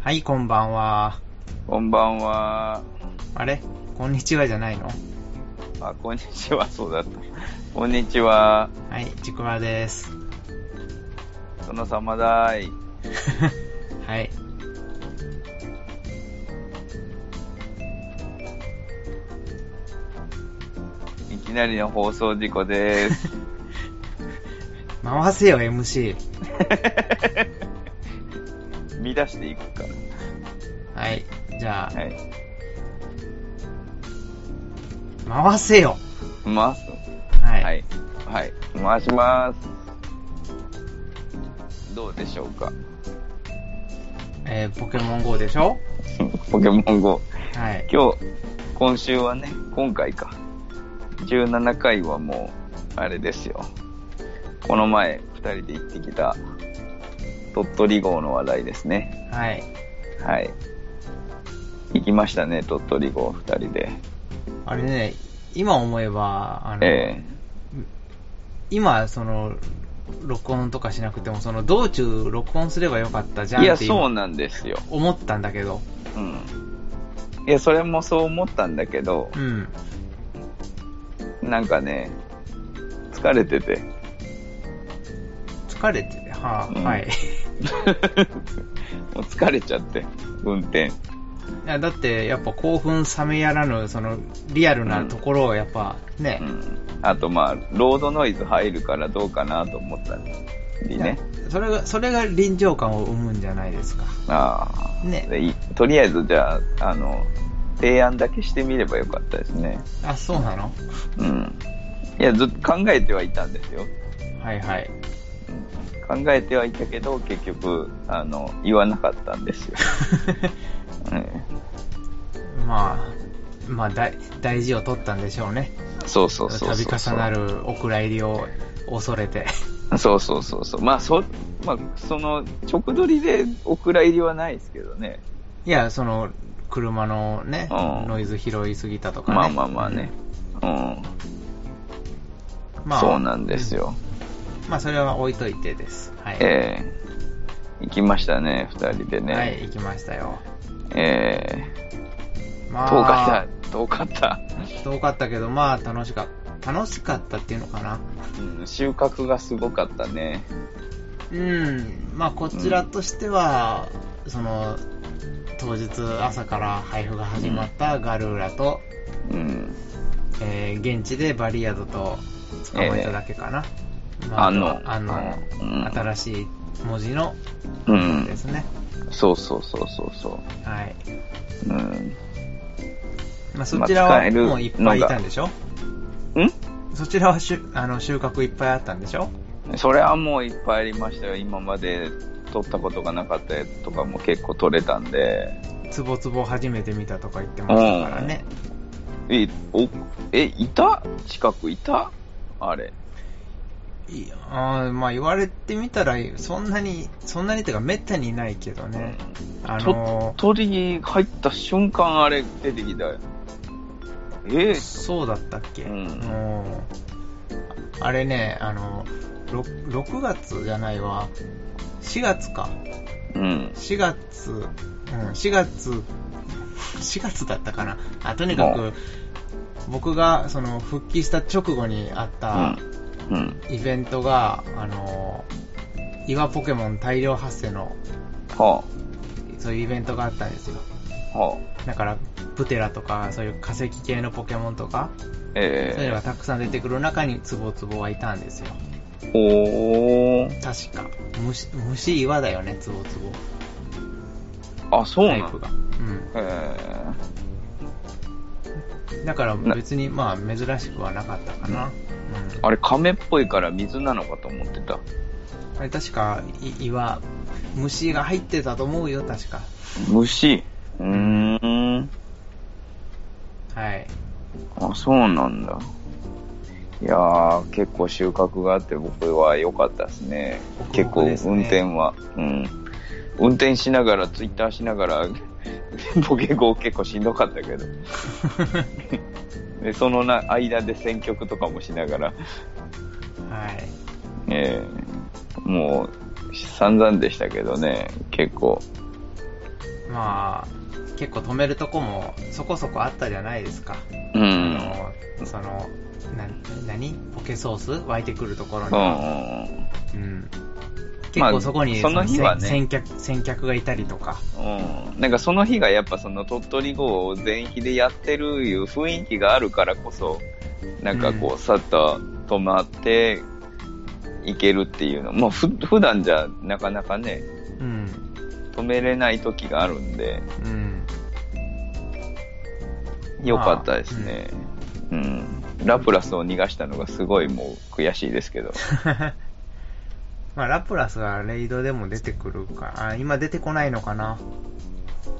はい、こんばんは。こんばんは。あれこんにちはじゃないのあ、こんにちは。そうだった。こんにちは。はい、ちくわです。殿様だい。はい。いきなりの放送事故です。回せよ、MC。乱していくから。はい。じゃあ、はい。回せよ。回すはい。はい。はい。回します。どうでしょうかえー、ポケモン GO でしょポケモン GO。はい。今日、今週はね、今回か。17回はもう、あれですよ。この前、二人で行ってきた、鳥取号の話題ですね。はい。はい。行きましたね、鳥取号二人で。あれね、今思えば、あの、え今、その、録音とかしなくても、その道中録音すればよかったじえゃんいや、ってそう今なんですよ。思ったんだけど。うん。いや、それもそう思ったんだけどう、ん。なんかね、疲れてて。疲れてて、はあ、うんはい。もう疲れちゃって、運転。いやだってやっぱ興奮冷めやらぬそのリアルなところをやっぱねう、ん。あと、まあ、ロードノイズ入るからどうかなと思ったりね。それがそれが臨場感を生むんじゃないですかああ。ねでいとりあえず、じゃあ、あの、提案だけしてみればよかったですね。あそうなのうん。いや、ずっと考えてはいたんですよ。はいはい考えてはいたけど結局あの言わなかった んですよ、うんまあまあ大大事を取ったんでしょうねそうそうそうそう度重なるお蔵入りを恐れて そうそうそうそうまあそ,、まあ、その直撮りでお蔵入りはないですけどねいやその車のね、うんノイズ拾いすぎたとかねまあまあまあね、うんまあそうなんですよ、まあそれは置いといてですはい、ええ行きましたね2人でね、はい行きましたよええま遠かった遠かった、遠かったけどまあ楽しかった楽しかったっていうのかなうん、収穫がすごかったねうん、まあこちらとしては、その当日朝から配布が始まったガルーラと、うんえー現地でバリアドと捕まえただけかな、まあのあの、うん新しい文字のうでんすね、そうそうそうそうそうはい、うんまあ、そちらはもういっぱいいたんでしょんそちらはしゅあの収穫いっぱいあったんでしょそれはもういっぱいありましたよ。今まで取ったことがなかったやつとかも結構取れたんで。つぼつぼ初めて見たとか言ってましたからね、え、お、え、いた近くいたあれ。いやーまあ言われてみたらそんなにそんなにっていうかめったにいないけどねあの鳥に入った瞬間あれ出てきたよ。えー、そうだったっけ、うんもうあれねあの 6, 6月じゃないわ4月かうん。 4月うん4月4月だったかなあとにかくう僕がその復帰した直後にあっうたん。うん。イベントが、あの岩ポケモン大量発生のはそういうイベントがあったんですよ。あ、はあ、だから、プテラとか、そういう化石系のポケモンとか、そういうのえがたくさん出てくる中にツボツボはいたんですよ。えお確ー。か。虫、虫岩だよね、ツボツボ。あ、そうタなイプのが。うえん。だから別に、まあ、珍しくはなかったかな。うん。ー、あれ、亀っぽいから水なのかと思ってた。あれ確か、い岩、虫が入ってたと思うよ、確か。虫。うーん。はい。あ、そうなんだ。いやー、結構収穫があって僕は良かったですね。ホ結クホ構クですね運転は、うん。運転しながら、ツイッターしながら、 ボケ号結構しんどかったけど。で、そのな間で選曲とかもしながら、はい。えーもう、散々でしたけどね、結構、まあ、結構止めるとこもそこそこあったじゃないですか。うん。うあんの、その、な、何ポケソース湧いてくるところうに。ん。うん。結まあ構そこに、その日はね先客、先客がいたりとか。うん。なんかその日がやっぱその鳥取号を全域でやってるいう雰囲気があるからこそ、なんかこうう、さっと止まって、いけるっていうの。もうふ、普段じゃなかなかね、うん。止めれない時があるんで、うん。よかったですね。うん。ラプラスを逃がしたのがすごいもう悔しいですけど。まあ、ラプラスはレイドでも出てくるか。あ、今出てこないのかな。どっち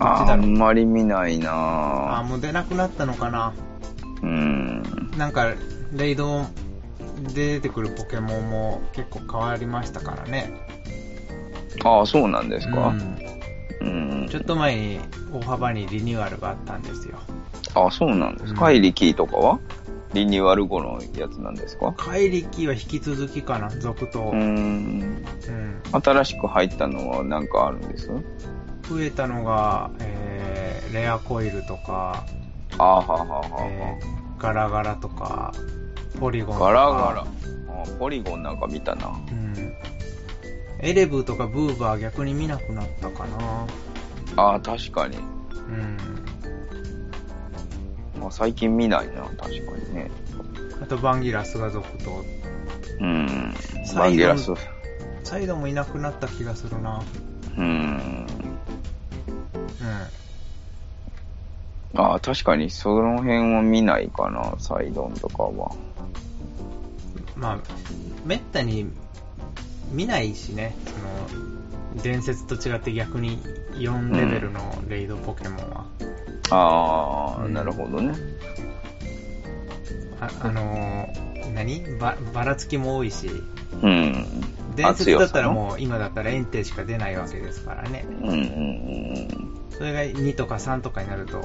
あだあろうんまり見ないあ、なぁもう出なくなったのかな。うん。なんか、レイドで出てくるポケモンも結構変わりましたからね。ああ、そうなんですうか。んうん。ちょっと前に大幅にリニューアルがあったんですよ。ああ、そうなんですうか。んイリキーとかはリニューアル後のやつなんですか怪力は引き続きかな、続投。ううん。ん。新しく入ったのはなんかあるんです増えたのが、えー、レアコイルとか、ああ、はあはあはあえはー、ガラガラとか、ポリゴンあ。とか。ガラガラ。ああポリゴンなんか見たな。うん。エレブとかブーバー逆に見なくなったかな。ああ、確かに。うん。まあ、最近見ないな、確かにね。あとバンギラスが続投。うん。バサンイゲドラス。サイドもいなくなった気がするな。うん。うああ、確かにその辺は見ないかな、サイドンとかは。ん。まあ、めったに見ないしね、その、伝説と違って逆に4レベルのレイドポケモンは。ああ、うんなるほどね。ああのー何ば、ばらつきも多いし、うん。伝説だったらもう今だったらエンテしか出ないわけですからね。うんうんうんそれが2とか3とかになると、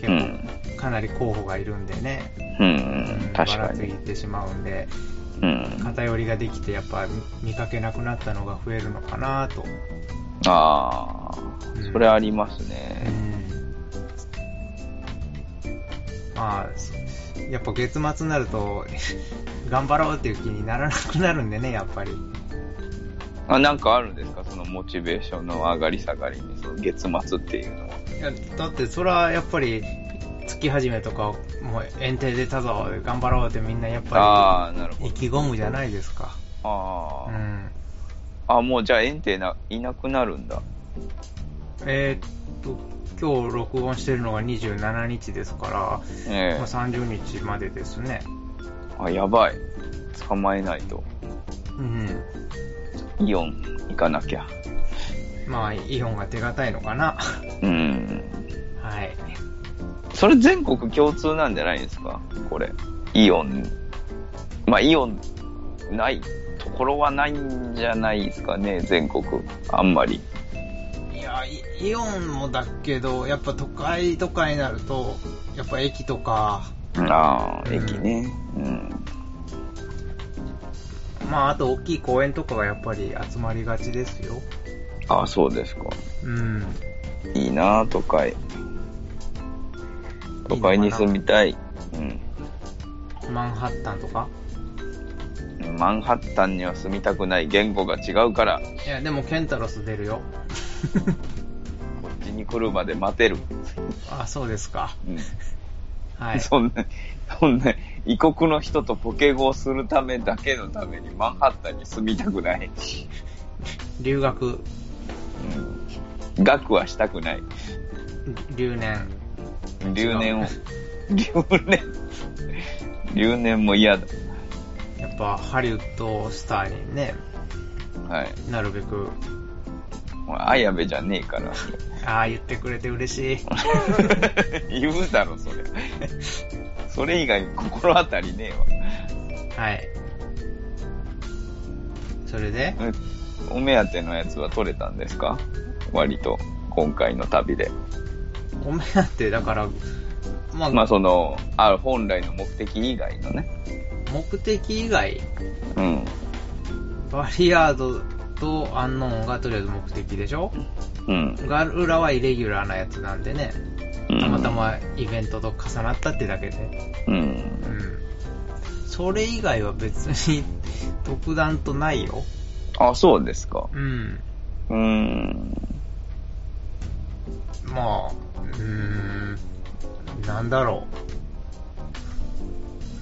結うん。うん構かなり候補がいるんでね、うんうん。確ばからついに。てしまうんで、うん。偏りができてやっぱ見見かけなくなったのが増えるのかなと。ああうん、それありますね。まあ、そやっぱ月末になると、 頑張ろうっていう気にならなくなるんでね、やっぱり。あ、なんかあるんですかそのモチベーションの上がり下がりに、その月末っていうのは。いやだって、それはやっぱり、月始めとか、もう遠征出たぞ、頑張ろうってみんなやっぱああ、なるり、ほ意気込むじゃないですか。ど。あうあ。ん。あ、もうじゃあ、エンテな、いなくなるんだ。えーっと、今日録音してるのが27日ですから、えまあ、30日までですね。え。あ、やばい。捕まえないと。うん。イオン行かなきゃ。まあ、イオンが手堅いのかな。 うん。はい。それ全国共通なんじゃないですかこれ。イオン。まあ、イオン、ない、ところはないんじゃないですかね、全国。あんまり。いやイ、イオンもだけど、やっぱ都会とかになると、やっぱ駅とか、ああ、うん駅ね。うん。まあ、あと大きい公園とかがやっぱり集まりがちですよ。ああ、そうですか。うん。いいなあ都会。都会に住みたい。マンハッタンとかうん。マンハッタンには住みたくない。言語が違うから、いや、でもケンタロス出るよ。こっちに来るまで待てる。あ、そうですか。うん。はい。そんな、そんな、異国の人とポケ語をするためだけのためにマンハッタンに住みたくない。 留学、うん。学はしたくない。留年。留年を。留年。留年も嫌だ。やっぱハリウッドスターにね、はい。なるべく、綾部じゃねえから。 ああ、言ってくれて嬉しい。 言うだろ、そりゃ。それ以外心当たりねはい。それでえわ。お目当てのやつは取れたんですか割と、今回の旅で。お目当て、だから、まあ、まあ、その、あ、本来の目的以外のね。目的以外、うん。バリアードとアンノーンがとりあえず目的でしょうん。ガルラはイレギュラーなやつなんでね、うんたまた。まイベントと重なったってだけで、うんう。ん。それ以外は別に特段とないよ。あ、そうですか。うん。うーん。まあ、うーん、なんだろ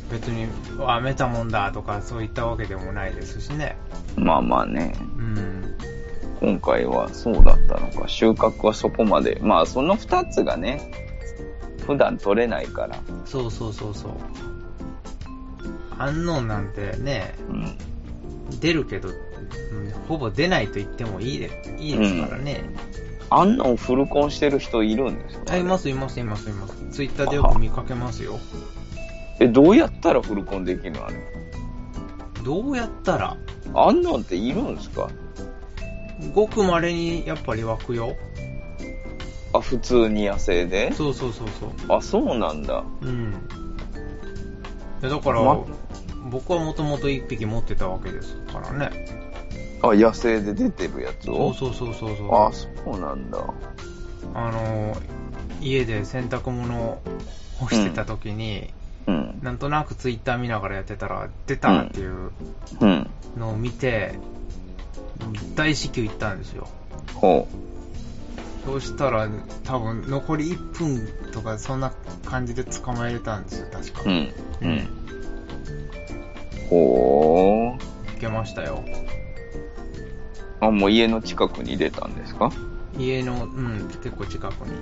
う。別に、あ、めたもんだとかそういったわけでもないですしね。まあまあね。うん。今回はそうだったのか。収穫はそこまで。まあ、その二つがね、普段取れないから。そうそうそうそう。安納なんてね、うん。出るけど、うんほぼ出ないと言ってもいいでいいですからね。あんなんフルコンしてる人いるんですかあいます、います、います、います。ツイッターでよく見かけますよ。え、どうやったらフルコンできるのあれ。どうやったらあんなんっているんですかごく稀にやっぱり湧くよ。あ、普通に野生でそうそうそうそう。あ、そうなんだ。うん。いやだから、ま僕はもともと1匹持ってたわけですからね。あ、野生で出てるやつそをうそうそうそうそう。あ、そうなんだ。あのー、家で洗濯物を干してた時に、うん。なんとなくツイッター見ながらやってたら、出たっていううん。のを見て、大至急行ったんですよ。ほそうしたら、多分残り1分とか、そんな感じで捕まえれたんですよ、確か。う。うん。ううんん。ほいけましたよ。ー。あ、もう家の近くに出たんですか家の、うん、結構近くに。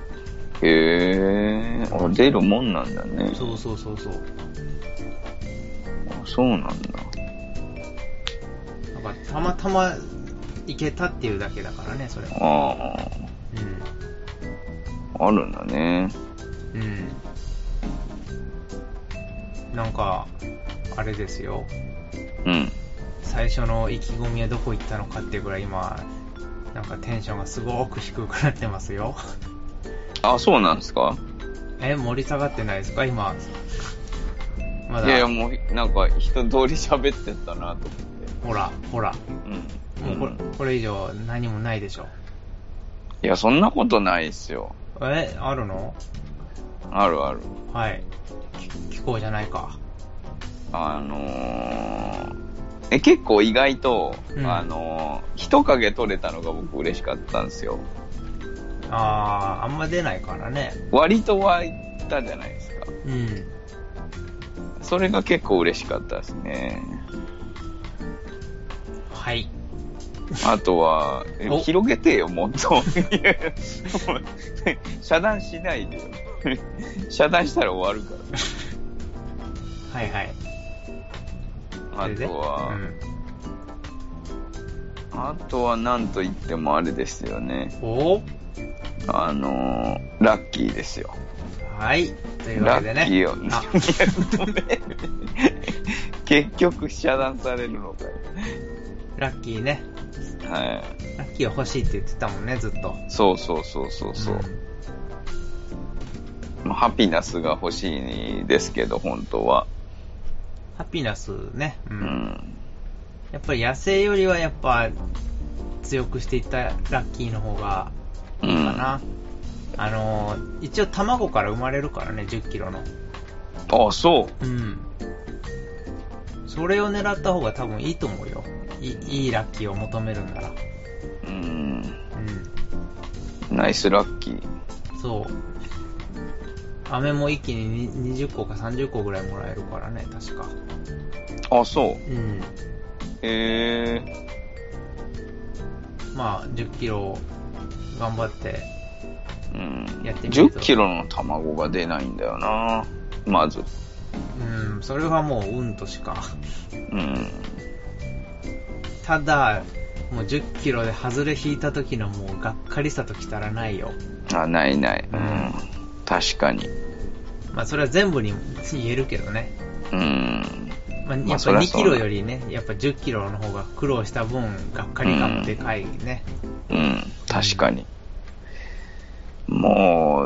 へー。あ、出るもんなんだね。そうそうそうそう。あそうなんだ。なんかたまたま行けたっていうだけだからね、それは。あうあ、あるんだね。ん。うん。なんか、あれですよ。うん。最初の意気込みはどこ行ったのかっていうぐらい今、なんかテンションがすごく低くなってますよ。 あ、そうなんですかえ、盛り下がってないですか今。まだ、いやいや、もう、なんか、一通り喋ってったな、とほら、ほら。思って。うん。もうこれ,、これ以上何もないでしょ。いや、そんなことないっすよ。え、あるのあるある。はい。き聞こうじゃないか。あのー、え、結構意外と、うんあのー、人影取れたのが僕嬉しかったんですよ。あー、あんま出ないからね。割と湧いたじゃないですか。うん。それが結構嬉しかったですね。はい。あとは、えお広げてよ、もっと。いやもう遮断しないでよ。遮断したら終わるかはいはい。ら。そあれでとは、うん、あとは何と言ってもあれですよね。おあのー、ラッキーですよ。はい。というわラけでッキね。ーよ、ねあ。結局遮断されるのかよ。ラッキーね。はラッキーは欲しいって言ってたもんね、ずっと。い。そうそうそうそうそう。まあハピナスが欲しいですけど、本当は。ハピナスね。う。うんん。やっぱり野生よりはやっぱ強くしていったラッキーの方がういいかん。あ、な。あのー、一応卵から生まれるからね、10キロの。そうん。それを狙った方が多分いいと思うよ。いいいラッキーを求めるなら。う。うん。うん。ナイスラッキー。そう。飴も一気にに20個か30個ぐらいもらえるからね、確か。あ、そう。うん。へえ。まあ、10キロ頑張って。うん。やってみると10キロの卵が出ないんだよな。まず。うん、それはもう運としか。 うん。ただ、もう10キロで外れ引いた時のもうがっかりさときたらないよ。あ、ないない。ううんん。確かに。まあ、それは全部に言えるけどね。うん。まあ、まあやっそぱりゃ2そうキロよりね、やっぱ10キロの方が苦労した分、がっかり感もでかいね。 うん、確かに。も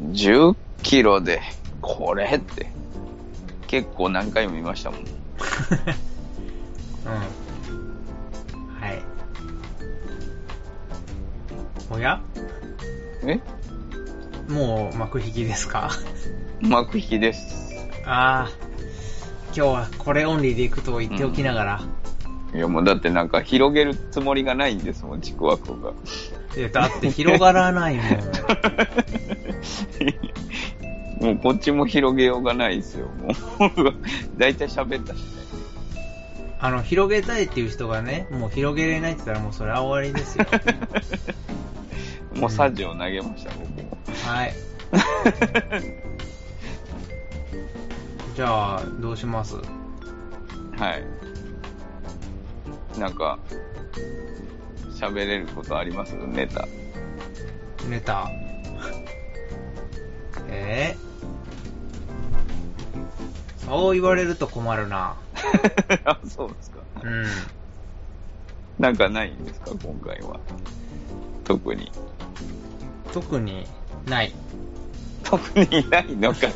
う、10キロで、これって、結構何回も見ましたもん。うん。はい。おやえもう幕引きですか 幕引きです。ああ、今日はこれオンリーで行くと言っておきながら、いやもうだってなんか広げるつもりがないんですもん、ちくわくんが。えだって広がらないもん。もうこっちも広げようがないですよ。 もう、大体喋ったしね。あの、広げたいっていう人がね、もう広げれないって言ったらもうそれは終わりですよ。もうサジを投げました、僕も。はい。じゃあ、どうしますはい。なんか、喋れることありますネタ。 ネタ。えー、そう言われると困るな。あ、そうですか。うん。なんかないんですか、今回は。特に。特にない。特にいないのかよ。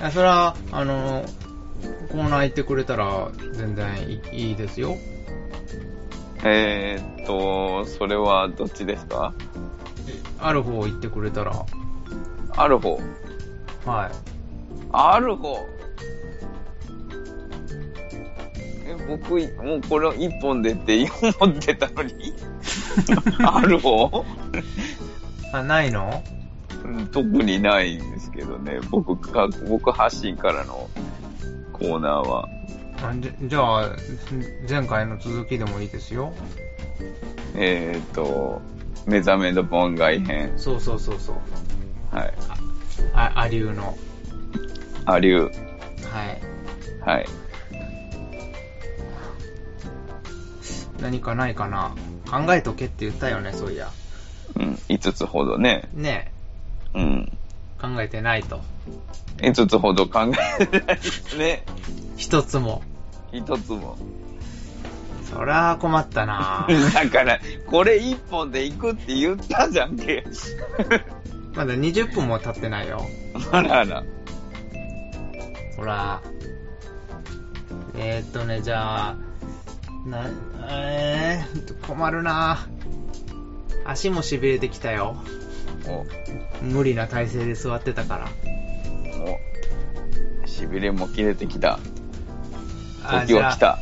いやそれは、あの、コーナー行ってくれたら全然いいいいですよ。えーっと、それはどっちですかある方行ってくれたら。ある方。はい。ある方。え、僕、もうこれを一本でって思ってたのに。ある方あ、ないのうん特にないんですけどね。僕か、僕、ハッシーからのコーナーは。あじじゃあ、前回の続きでもいいですよ。えーっと、目覚めの番外編。そうそうそうそう。はい。あ、アリューの。アリュー。はい。はい。何かないかな。考えとけって言ったよね、そういや。うん、5つほどね。ねうん。え、考えてないと。 5つほど考えてないですね。一つも。 1つも。そりゃあ困った な だから、これ1本で行くって言ったじゃんけ。 まだ20分も経ってないよ。あらあら。ほら。えー、っとね、じゃあ、な、えー、困るな足も痺れてきたよ。お、お、無理な体勢で座ってたから。痺れも切れてきた。あ時は来。た。じゃあ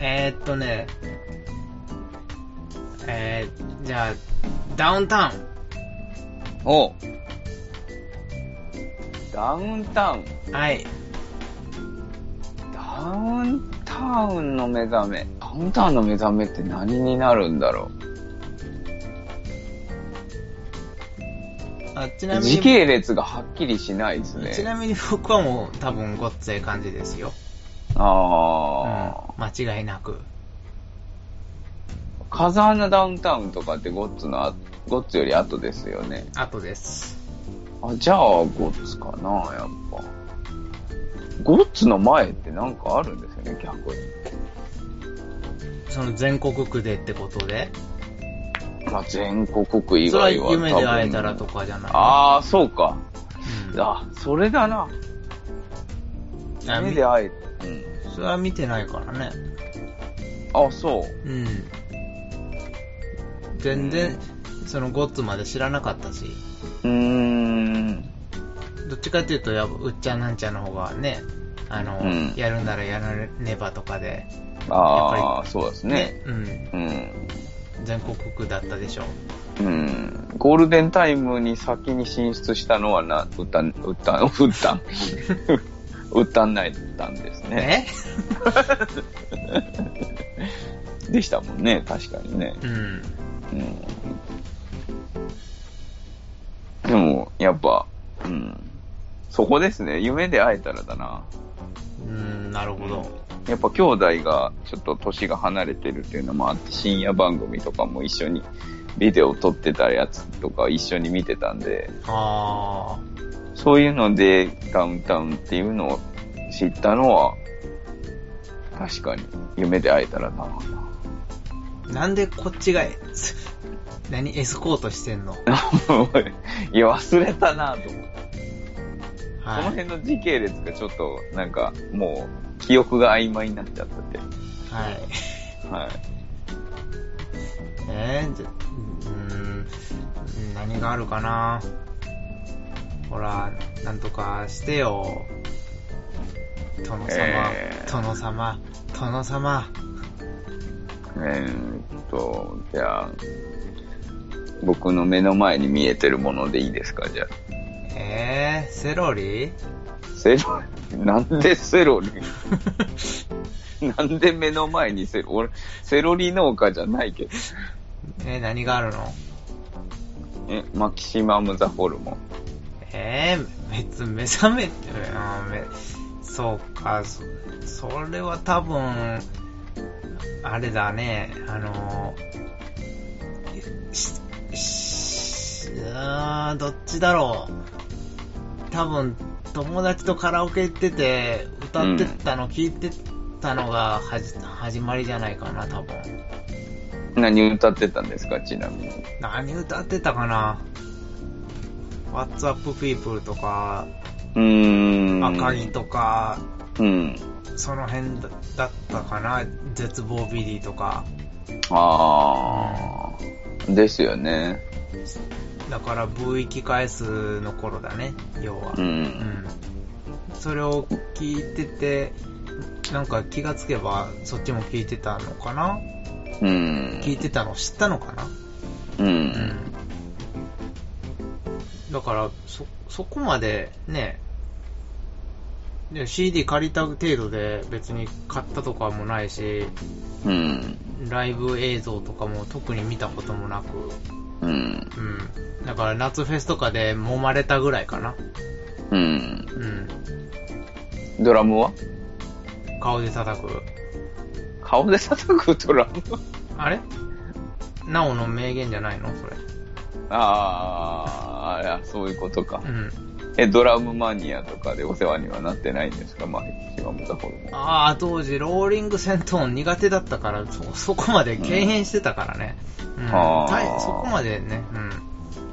えー、っとね、えー、じゃあ、ダウンタおダウンタウン。ウン。はい。ダウンタウンの目覚め。ダウンタウンの目覚めって何になるんだろあちなう。みに時系列がはっきりしないですちなね。みに僕はもう多分ごっつええ感じですよ。うん、ああ、間違いなく。カザーナダウンタウンとかってゴッツのあ、ゴッツより後ですよね。後です。あ、じゃあ、ゴッツかな、やっぱ。ゴッツの前ってなんかあるんですよね、逆に。その全国区でってことで。まあ、全国区以それは外は多分。夢で会えたらとかじゃない。ああ、そうか。うん、あ、それだな。あ夢みで会え、それは見てないからね。うん。あ、そう。うん。全然、そのゴッツまで知らなかったし。うーん。どっちかっていうと、やっぱうっちゃんなんちゃんの方がね、あの、うんやるならやらねばとかで、ああ、そうですね。うん、うん。全国区だったでしょう。うん。ゴールデンタイムに先に進出したのはな、うったん、うったん、うっ たん。うったんないたんですね。えでしたもんね、確かにね。うん。うんでも、やっぱ、うん。そこですね。夢で会えたらだな。うん、なるほど。やっぱ兄弟がちょっと年が離れてるっていうのもあって、深夜番組とかも一緒にビデオ撮ってたやつとか一緒に見てたんで、あそういうのでダウンタウンっていうのを知ったのは、確かに夢で会えたらな。 あ。なんでこっちが、 す何エスコートしてんのいや、忘れたなと思ってそのはい。辺の時系列がちょっと、なんか、もう、記憶が曖昧になっちゃってて。はい。はい。えー、じゃうーん、何があるかなほら、なんとかしてよ。殿様、えー殿様、殿様。えーっと、じゃあ、僕の目の前に見えてるものでいいですか、じゃあ。えー、セロリ セロリ、なんでセロリ なんで目の前にセロリ、俺、セロリ農家じゃないけど。えー、何があるのえ、マキシマムザホルモン。えー、め別目覚めてるな、め、そうか、そ、それは多分、あれだね、あの、し、し、あーどっちだろう。多分、友達とカラオケ行ってて、歌ってたの、聞いてたのが、はじ、始まりじゃないかな、多分。何歌ってたんですか、ちなみに。何歌ってたかな ?What's Up People とか、うーん。赤木とか、うん。その辺だだったかな絶望ビリーとか。あー。ですよね。だから、V 域返すの頃だね、要は。う。うんん。それを聞いてて、なんか気がつけば、そっちも聞いてたのかなうん。聞いてたの知ったのかなう。うんん。だから、そ、そこまでね、で CD 借りた程度で別に買ったとかもないし、うん。ライブ映像とかも特に見たこともなく、うん。うん。だから夏フェスとかで揉まれたぐらいかな。うん。うん。ドラムは顔で叩く。顔で叩くドラムあれなおの名言じゃないのそれ。あーあら、そういうことかう。ん。え、ドラムマニアとかでお世話にはなってないんですかマキシマムザホルモン。ああ、当時、ローリング戦闘苦手だったから、そ、そこまで敬遠してたからね。うん。はあ大そこまでね、うん。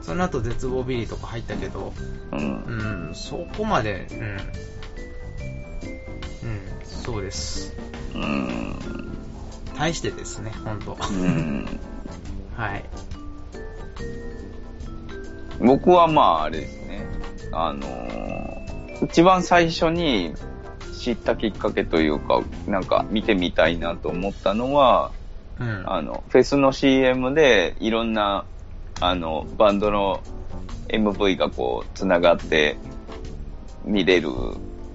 その後、絶望ビリとか入ったけど、うんうん、そこまで、うん。うん、そうです。うん。大してですね、ほんと。うん。はい。僕はまあ、あれですね。あのー一番最初に知ったきっかけというか、なんか見てみたいなと思ったのは、うん。あの、フェスの CM でいろんな、あの、バンドの MV がこう、つながって見れる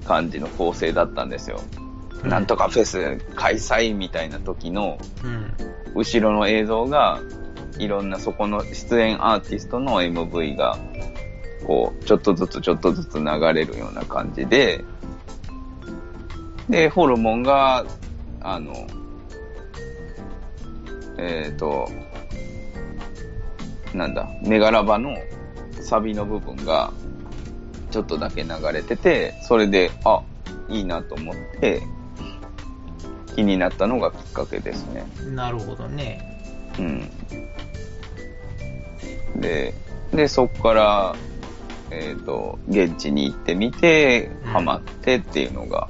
感じの構成だったんですよ。うんなんとかフェス開催みたいな時のうん。後ろの映像が、いろんなそこの出演アーティストの MV が、こう、ちょっとずつちょっとずつ流れるような感じで、で、ホルモンが、あの、えっ、と、なんだ、メガラバのサビの部分が、ちょっとだけ流れてて、それで、あ、いいなと思って、気になったのがきっかけですね。なるほどね。うん。で、で、そこから、えっ、と、現地に行ってみて、うんハマってっていうのが、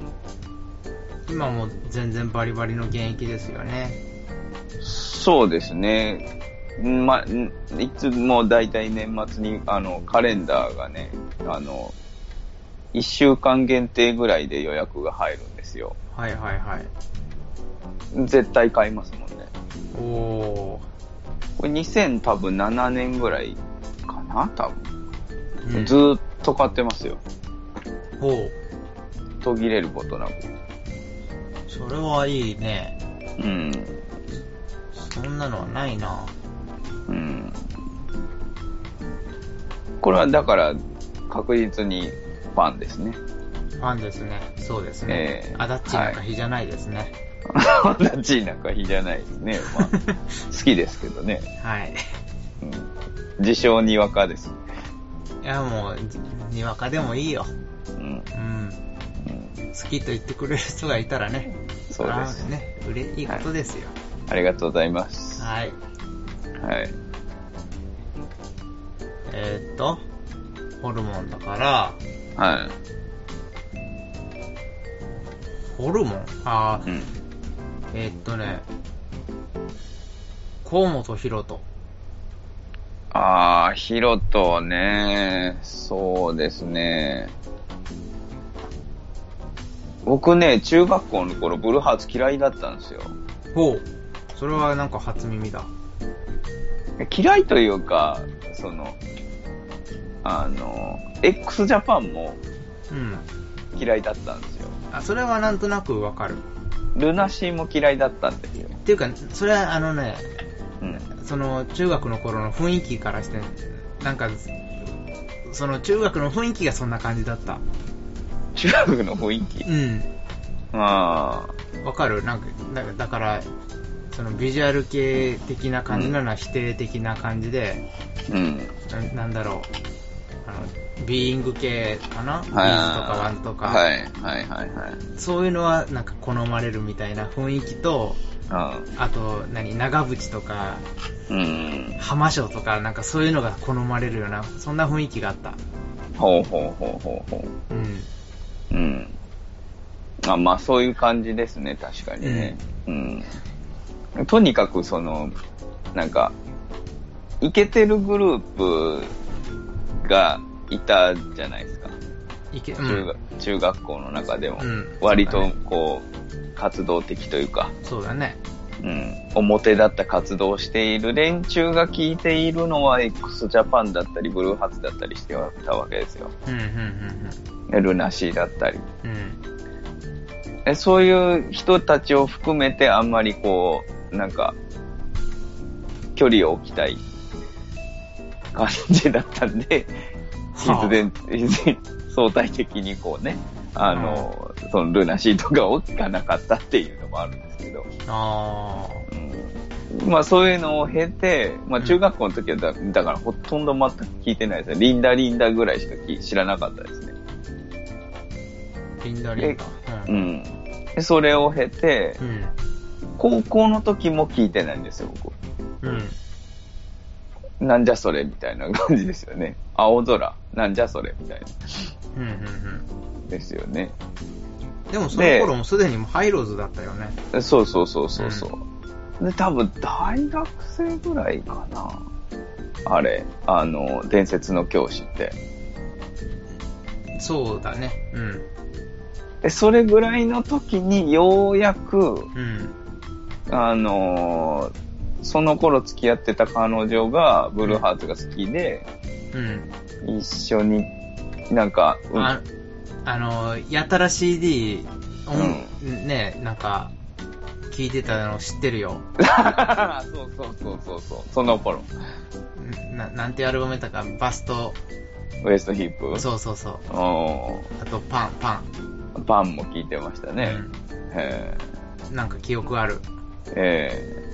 今も全然バリバリの現役ですよね。そうですね。んま、んいつも大体年末に、あの、カレンダーがね、あの、一週間限定ぐらいで予約が入るんですよ。はいはいはい。絶対買いますもんね。おこれ2007年ぐらいかな多分。ー。うんずーっと買ってますよ。ほう。途切れることなく。それはいいね。うん。そんなのはないな。うん。これはだから、確実にファンですね。ファンですね。そうですね。ええアダッチなんか比じゃないですね。チーなんか比じゃないで すね。まあ、好きですけどね。はい。うん。自称にわかです。い、や、もう、にわかでもいいよ。うん。うん。うん、好きと言ってくれる人がいたらね。そうであすー。ね。うれ、いいことですよ。ありがとうございます。ははい。い。えー、っと、ホルモンだから、はホルモンああい。う、ん。えーっとね、河本博人。ああ、ヒロトね、そうですね。僕ね、中学校の頃、ブルーハーツ嫌いだったんですよ。ほう。それはなんか初耳だ。嫌いというか、その、あの、x ジャパンもうん。嫌いだったんですよ。あ、それはなんとなくわかる。ルナシーも嫌いだったんですよ。っていうか、それはあのね、うん。その中学の頃の雰囲気からして、なんか、その中学の雰囲気がそんな感じだった。中学の雰囲気。うん。あわかるなんか、だだから、そのビジュアル系的な感じなのは否定的な感じで、あ、うん。ななんだろう。あの、ビーイング系かなビーズとかはいワンとか、はい、はい、はい、はい。そういうのはなんか好まれるみたいな雰囲気と、ああと、何、長渕とか、ーうん。浜章とか、なんかそういうのが好まれるような、そんな雰囲気があった。ほうほうほうほうほうん。う。うん。あまあ、そういう感じですね、確かにね。うん。とにかく、その、なんか、イケてるグループがいたじゃないですか。いけ、う中ん学。中学校の中でも。うん割そうとだね、こう、活動的というか。そうだね。うん、表立った活動をしている連中が聞いているのは x ジャパンだったりブルーハーツだったりしてたわけですよ。うん、うん、でルナシーだったり。うん、うん。えそういう人たちを含めてあんまりこう、なんか、距離を置きたい感じだったんで、はあ必然、相対的にこうね、あの、そのルナシーとかを聞かなかったっていうのもあるんですけど。あまあそういうのを経て、まあうん中学校の時はだだからほとんど全く聞いてないですね。リンダリンダぐらいしか聞知らなかったですね。ー、リンダリンか。う。うんん。でそれを経て、うん。高校の時も聞いてないんですよ、僕。うん。なんじゃそれみたいな感じですよね。青空、なんじゃそれみたいな。うん、うん、うん。ですよね。でもその頃もすでにもうハイローズだったよね。そうそうそうそうそう。で、多分大学生ぐらいかな。あれ、あの、伝説の教師って。そうだね。うん。で、それぐらいの時にようやく、うん。あのーその頃付き合ってた彼女が、ブルーハーツが好きで、うん。一緒に、なんか、うんああの、やたら CD、うん、ね、なんか、聞いてたの知ってるよ。 そうそうそうそうそう、その頃、んななんてアルバムやったか、バスト、ウエストヒップ、そうそうそう。うあと、パン、パン。んパンも聞いてましたね。へうん、なんか記憶ある。えええ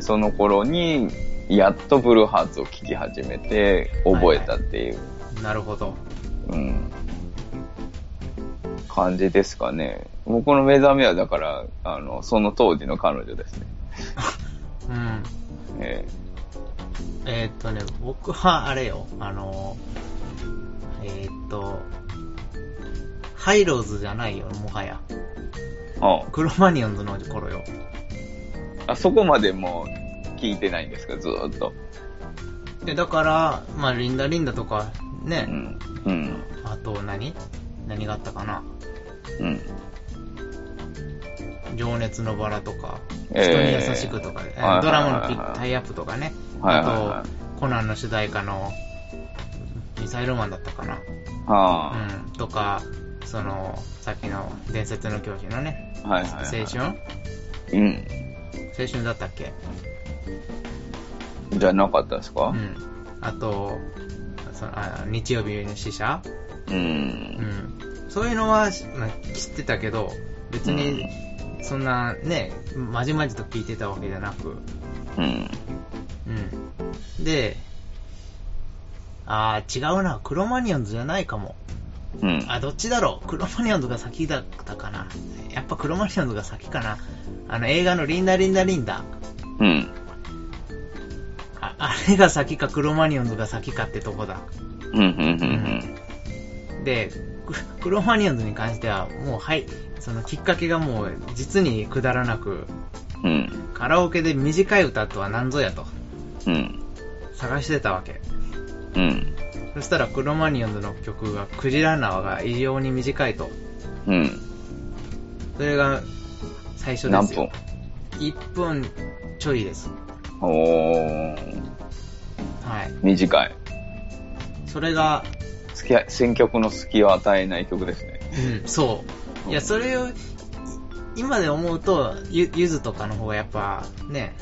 その頃に、やっとブルーハーツを聴き始めて、覚えたっていう、なるほど。うん、感じですかね。僕の目覚めは、だから、あの、その当時の彼女ですね。うん。ええーっとね、僕はあれよ、あの、えーっと、ハイローズじゃないよ、もはや。えあクロマニオンズの頃よ。あそこまでもう聞いてないんですか、ずーっと。で、だから、まあリンダリンダとか、うね、ん。うん。あと何何があったかなうん。情熱のバラとか、人えにえ優しくとか、えはいはいはいはーいドラマのピッタイアップとかね、はいはいはいあと、コナンの主題歌の、ミサイルマンだったかなはうん、とか、その、さっきの伝説の教師のね、あ。はいはい、青はい。春うん。青春だったっけじゃなかったですうかん。あと、そのあ日曜日の死者ううん。ん。そういうのは、まあ知ってたけど、別に、そんなね、まじまじと聞いてたわけじゃなく、うん。うん。で、あー、違うな。クロマニオンズじゃないかも。うん。あ、どっちだろうクロマニオンズが先だったかな。やっぱクロマニオンズが先かな。あの、映画のリンダリンダリンダ。うん。ああれが先かクロマニオンズが先かってとこだ。うん。うん。うん。で、ククロマニオンズに関しては、もう、はい、そのきっかけがもう、実にくだらなく、うん。うん。カラオケで短い歌とは何ぞやとうん。探してたわけ。うん。そしたらクロマニヨンズの曲がクジラ縄が異様に短いと。うん。それが最初で何す分よ。1分ちょいです。おー。はい。短い。それが、付き合い、選曲の隙を与えない曲ですね。うん、そう。いや、それを、い今で思うと、ゆ、ゆずとかの方がやっぱ、ね、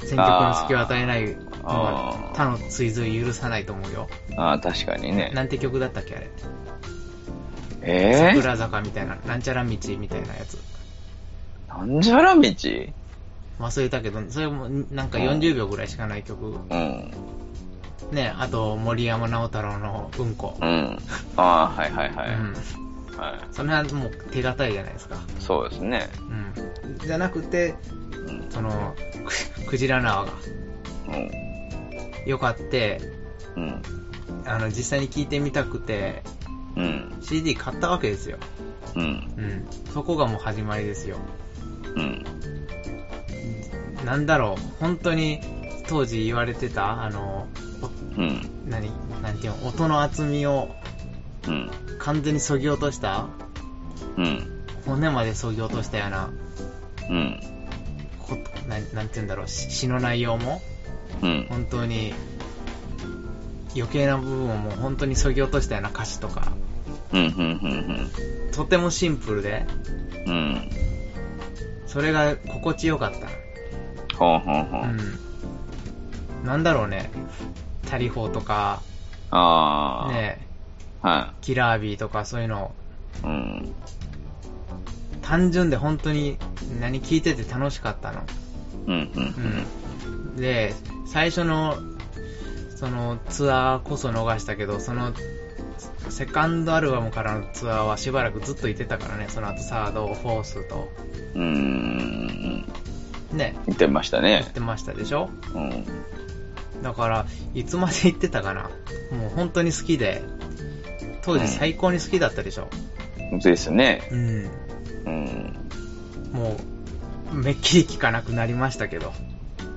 選曲の隙を与えないのはあー他の追随許さないと思うよ。ああ、確かにね。なんて曲だったっけあれ。えー、桜坂みたいな、なんちゃら道みたいなやつ。なんじゃら道忘れたけど、それもなんかうん40秒ぐらいしかない曲。うん。ね、あと森山直太朗のうんこう。ん。ああ、はいはいはい。うん。はその辺はもう手堅いじゃないですか。い。そうですね。うん。じゃなくて、うん。その、くクジラ縄がうん。良かって、うん。あの、実際に聴いてみたくて、うん。 CD 買ったわけですよ。うん。うん。そこがもう始まりですよ。うん。なんだろう、本当に当時言われてた、あの、うん。お何、なんていうの、音の厚みをうん。完全に削ぎ落としたうん。骨まで削ぎ落としたような、うん。こなんなんて言うんだろう、し詩の内容も、うん。本当に、余計な部分をもう本当に削ぎ落としたような歌詞とか、うん。うん。うん。とてもシンプルで、うん。それが心地よかった。ほうほうほう。うん。なんだろうね。チャリ法とか、ああ。ね、はキラービーとかそういうの、い。うん。単純で本当に何聞いてて楽しかったの。うん。うう。んん。で、最初の、そのツアーこそ逃したけど、その、セカンドアルバムからのツアーはしばらくずっといてたからね、その後サード、フォースと、うん。ね、言ってましたやねっ。てましたでしょうん。だから、いつまで行ってたかな。もう本当に好きで、当時最高に好きだったでしょ。ですね。うん。うん。もう、めっきり聞かなくなりましたけど。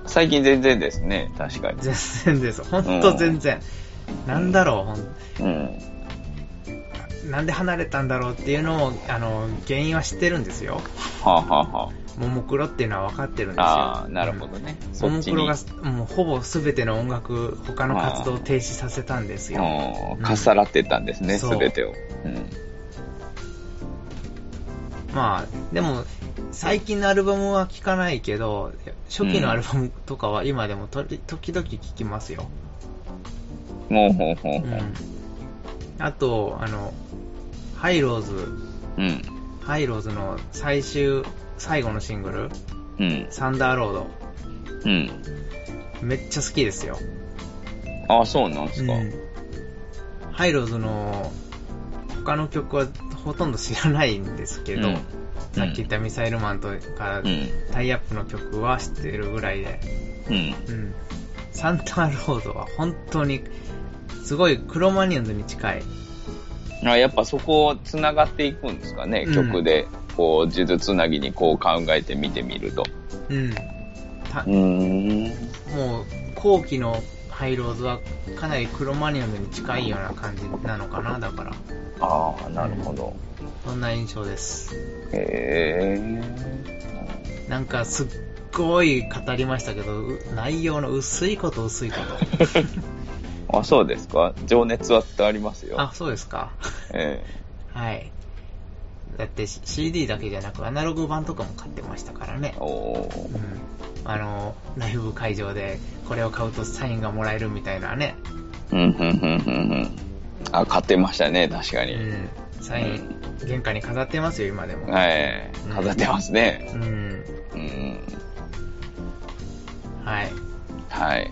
最近全然ですね。確かに。全然です。ほんと全然。なんだろうほん、うん。なんで離れたんだろうっていうのを、あの、原因は知ってるんですよ。はあ、はあはももクロっていうのは分かってるんですよ。あ、ああ、なるほどね。うん。そもっもちクに。ロが、もうほぼ全ての音楽、他の活動を停止させたんですよ。うんかっさらってたんですね、そうすべてを。うん。まあ、でも、最近のアルバムは聴かないけど、初期のアルバムとかは今でもとり時々聴きますよ。もうほうほううほん。あと、あの、ハイローズ、う。うん。ハイローズの最終、最後のシングル、うん。サンダーローうん。ド、めっちゃ好きですよ。ああ、そうなんですか。うんハイローズの他の曲はほとんど知らないんですけど、うんさっき言ったミサイルマンとか、うん。タイアップの曲は知ってるぐらいで、うん。うん。サンタロードは本当に、すごいクロマニオンズに近い。あやっぱそこを繋がっていくんですかね、うん曲で。こう、呪術つなぎにこう考えて見てみると。うん。たうーん。もう、後期のハイローズはかなりクロマニオンズに近いような感じなのかな、だから。ああ、なるほど。そんな印象です。へえ。なんかすっごい語りましたけど、う内容の薄いこと薄いこと。あ、そうですか。情熱は伝わりますよ。あ、そうですか。えはい。だってし CD だけじゃなくアナログ版とかも買ってましたからねえ。おーうんあの、ライブ会場でこれを買うとサインがもらえるみたいなね。うん、うん、うん、うんうん。あ、買ってましたね、確かうに。ん。サイン、玄関に飾ってますよ、今でも。はい。飾ってますね。うん。うん。はい。はい。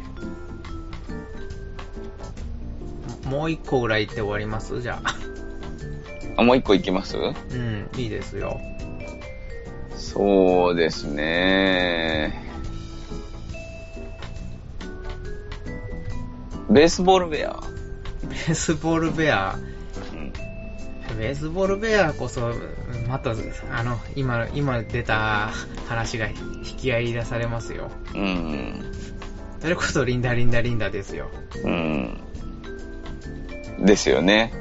ももう一個ぐらい行って終わりますじゃあ。あ、もう一個いきますうん、いいですよ。そうですね。ベースボールベア。ベースボールベア。うん。ベースボールベアこそ、また、あの、今、今出た話が引き合い出されますよ。うん。それこそリンダリンダリンダですよ。うん。ですよね。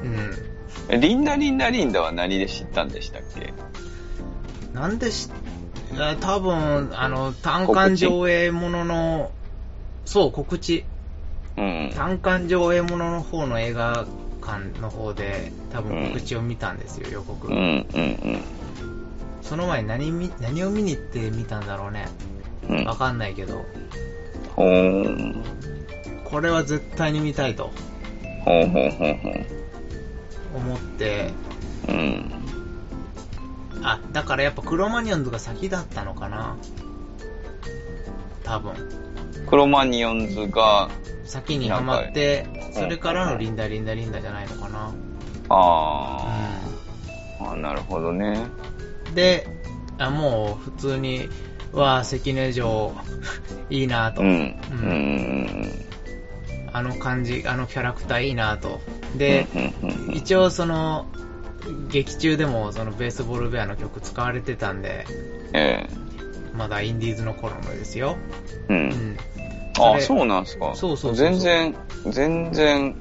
うん。リンダリンダリンダは何で知ったんでしたっけなんでし、あ多分、あの、単館上映ものの、そう、告知。うん。単館上映ものの方の映画館の方で、多分告知を見たんですよ、予告。うん、うん、その前に何見何を見に行って見たんだろうね。うん。うんわかんないけど、ほーん。これは絶対に見たいとほうほうほうほう。思って、うん。あ、だからやっぱクロマニオンズが先だったのかな。多分。クロマニオンズが、先にハマって、いそれからのリンダリンダリンダじゃないのかな。あー、あなるほどね。で、あもう普通に、わあ、関根城、 いいなぁと、うん。うん。あの感じ、あのキャラクターいいなぁと。でで、、一応その、劇中でもそのベースボールベアの曲使われてたんで、えまだインディーズの頃のですよ。え。う。うんん。あそれそうなんすか。そうそうそうそう全然、全然、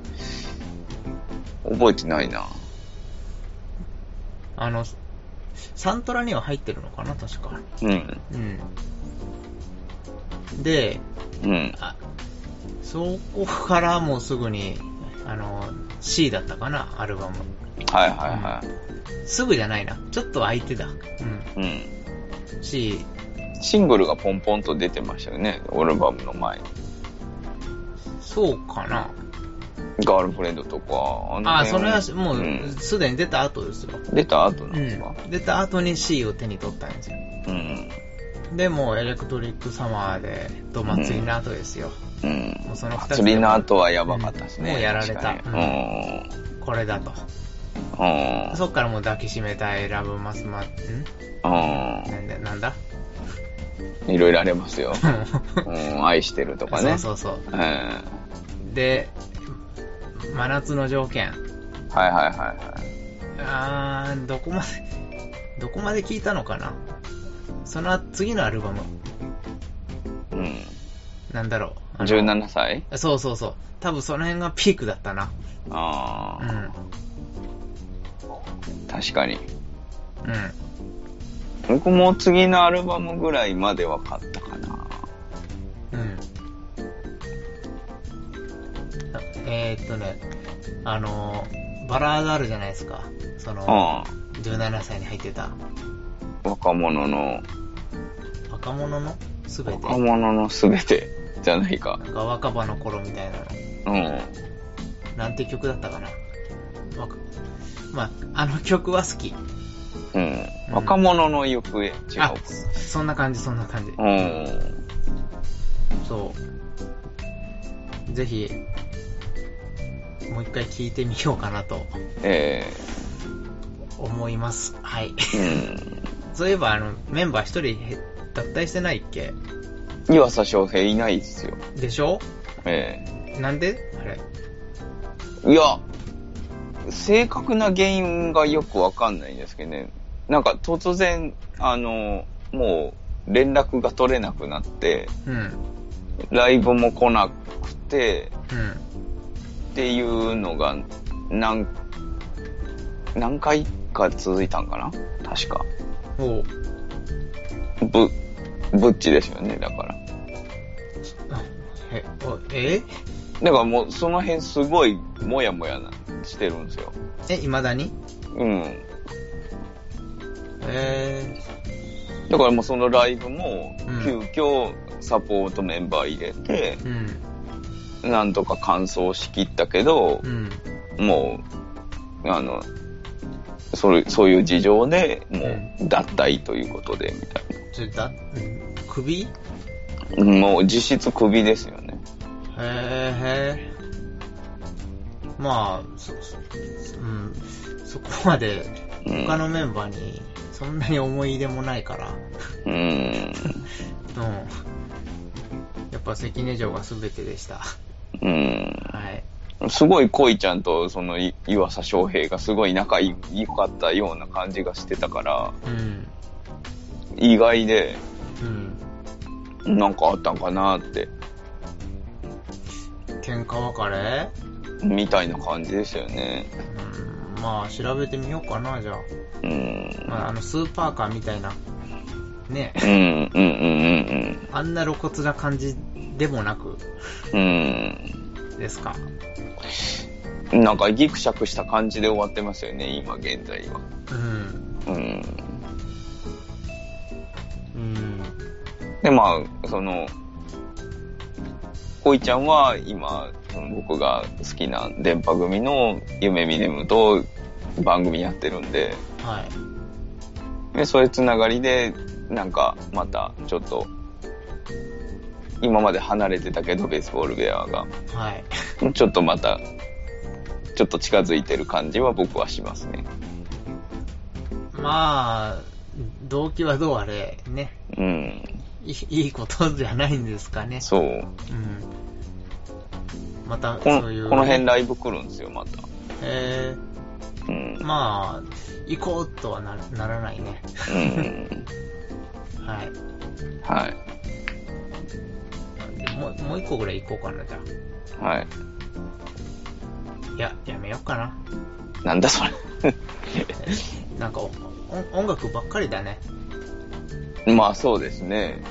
覚えてないな。あの、サントラには入ってるのかな、確か。うん。うん。で、うん。あ、そこからもうすぐに、あの、C だったかな、アルバム。はいはすぐじゃないな。ちょっと空いてた。う。いはい。うんし、ん。シングルがポンポンと出てましたよね。アルバムの前に。そうかな。ガールフレンドとか。ああ、そ辺れはもんう、すでに出た後ですよ。出た後なうんですか。ん。出た後に C を手に取ったんですよ。うん。で、もうエレクトリックサマーで、と祭りの後ですよ。うん。もうその二つで釣りの後はやばかったですね。うんもうやられた確かにこれだと。うん。うん。そっからもう抱きしめたいラブマスマ、んうなんだ、なんだん。いろいろありますよ。うん。愛してるとかね。 そうそうそう。うん。はいで、真夏の条件。はいはいはい。あー、どこまで、どこまで聞いたのかなその次のアルバム、うん。なんだろう。あの17歳そうそうそう。多分その辺がピークだったな。あうあ、ん。確かに。うん。僕も次のアルバムぐらいまでは買ったかな。うん。あえー、っとね、あのー、バラードあるじゃないですか。その、う17歳に入ってた。ん。若者の、若者のすべて。若者のすべてじゃないかな。んか若葉の頃みたいなの。うん。なんて曲だったかな。わかまあ、あの曲は好き。うん。若者の行方違うあ、そんな感じ、そんな感じ。うん。そう。ぜひ、もう一回聴いてみようかなとえ思います。はい。えうん。そういえば、あの、メンバー一人へ脱退してないっけ岩佐翔平いないっすよ。でしょえなんであれ。えいや、正確な原因がよくわかんないんですけどね。なんか突然、あの、もう連絡が取れなくなって、うん。ライブも来なくて、うん。っていうのが、何、何回か続いたんかな確か。おうぶ、ぶっちですよね、だから。あえ、おえだからもう、その辺すごい、もやもやな、してるんですよ。え、未だにうん。えだからもうそのライブもうん、急遽、サポートメンバー入れてー、、うん。なんとか完走しきったけどう、ん。もう、あの、それ、そういう事情で、もう、脱退ということで、みたいな。ちょ、だ、うん首へもう実質クビですよね。えへーまあ、そ、そうん。そこまで、うん他のメンバーに、そんなに思い入れもないから。うーん。うん。やっぱ関根城が全てでした。うーん。はい。うすごい恋ちゃんとそのい岩佐翔平がすごい仲いい良かったような感じがしてたから、うん。意外で、うん。なんかあったんかなって、喧嘩別れみたいな感じですよね。うん。まあ、調べてみようかな、じゃあ。うん。まあ、あの、スーパーカーみたいな。ねうん、うん、うん、うんあんな露骨な感じでもなく、うん。ですか。うん。なんかギクシャクした感じで終わってますよね、今現在は。うん。うん。うん。で、まあ、その、恋ちゃんは今、その僕が好きな電波組の夢見ねむと番組やってるんで、はい。で、そういうつながりで、なんか、また、ちょっと、今まで離れてたけど、ベースボールベアが、はい。ちょっとまた、ちょっと近づいてる感じは僕はしますね。まあ、動機はどうあれ、ね。うん。いいいことじゃないんですかね。そう。うん。また、この、そういう。この辺ライブ来るんですよ、また。えうんー、。まあ、行こうとはなならないね。 うん。はい。はい。でもう、もう一個ぐらい行こうかな、じゃあ。はい。いや、やめようかな。なんだそれ。なんか、おお音楽ばっかりだね。 まあそうですね。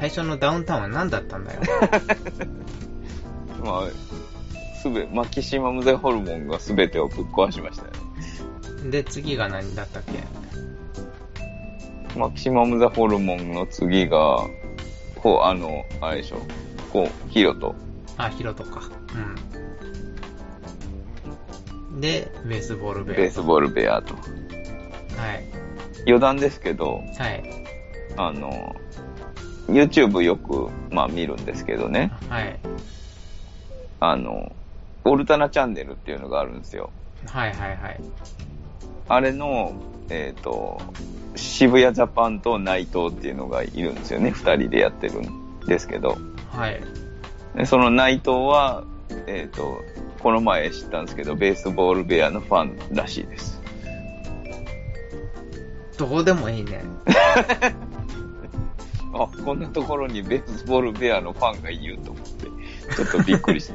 最初のダウンタウンは何だったんだ よ。まあ、すべ、マキシマムゼホルモンが全てをぶっ壊しましたよね。で、次が何だったっけマキシマムザホルモンの次が、こう、あの、あれでしょ。こう、ヒロと。あ、ヒロトか。うん。で、ベースボールベア。ベースボールベアと。はい。余談ですけど、はい。あの、YouTube よく、まあ見るんですけどね。はい。あの、オルタナチャンネルっていうのがあるんですよ。はいはいはい。あれの、えっ、と、渋谷ジャパンと内藤っていうのがいるんですよね。二人でやってるんですけど。はい。でその内藤は、えっ、と、この前知ったんですけど、ベースボールベアのファンらしいです。どうでもいい ね。あ、こんなところにベースボールベアのファンがいると思って、ちょっとびっくりし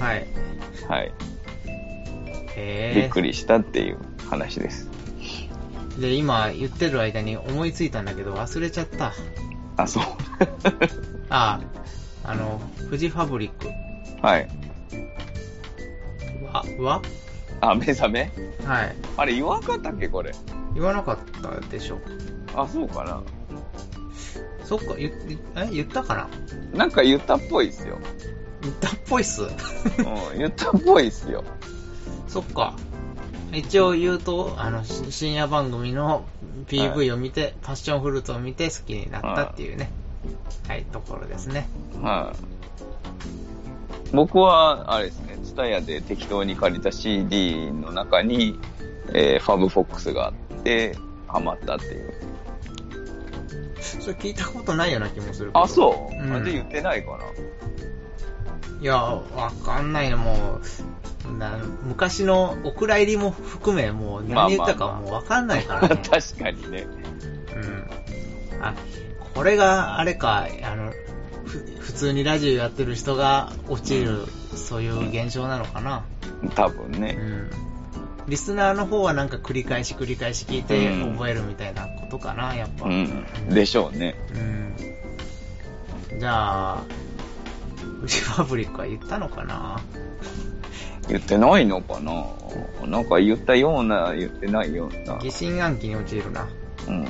はい。た。はい。びっえくりしたっていう話です。ー。で、今言ってる間に思いついたんだけど忘れちゃった。あ、そう。 ああ、あの、富士ファブリック。はい。わ、わあ、目覚めはい。あれ言わんかったっけこれ。言わなかったでしょ。あ、そうかな。そっか、言、言え、言ったかななんか言ったっぽいっすよ。言ったっぽいっす。うん、言ったっぽいっすよ。そっか。一応言うと、あの、し深夜番組のはい PV を見て、パッションフルーツを見て好きになったっていうね。はい、ところですね。はい。僕は、あれですね、ツタヤで適当に借りた CD の中に、えー、ファブフォックスがあって、ハマったっていう。それ聞いたことないような気もするけど。あ、そう、うんあ、じゃあ言ってないかな。いや、わかんないな、もう。な昔のお蔵入りも含め、もう何言ったかもうわかんないからね。 確かにね。うん。あ、これがあれか、あの、ふ普通にラジオやってる人が落ちる、そういう現象なのかな。多分うね。ん。リスナーの方はなんか繰り返し繰り返し聞いてうん覚えるみたいなことかな、やっぱ。うん。でしょうね。うん。じゃあ、フジファブリックは言ったのかな言ってないのかななんか言ったような、言ってないような。疑心暗鬼に陥るな。うん。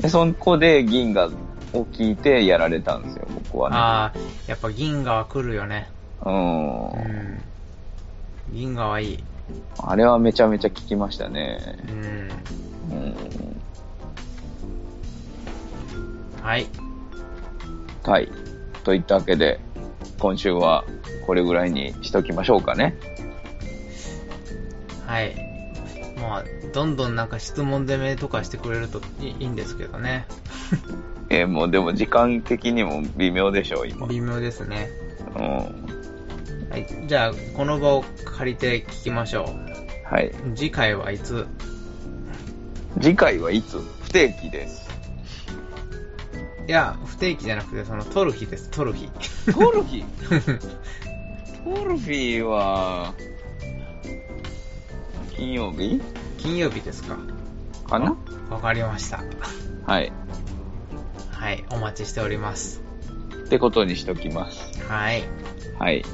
で、そこで銀河を聞いてやられたんですよ、僕はね。ああ、やっぱ銀河は来るよね。ううんん。銀河はいい。あれはめちゃめちゃ聞きましたね。うん。うん、はい。はい。といったわけで、今週はこれぐらいにしときましょうかね。はい。まあ、どんどんなんか質問攻めとかしてくれるといいいんですけどね。えーもうでも時間的にも微妙でしょう、今。微妙ですね。うん。はい。じゃあ、この場を借りて聞きましょう。はい。次回はいつ次回はいつ不定期です。いや、不定期じゃなくて、その、撮る日です、撮る日。 トルフィー トルフィーは、金曜日金曜日ですか。かなわかりました。はい。はい、お待ちしております。ってことにしときます。はい。はい。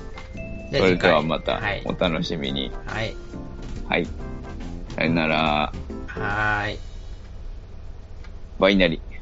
じそゃあれ次で回はまたはいお。楽しみに。はい。はい。さよなら。はーい。バイナリー。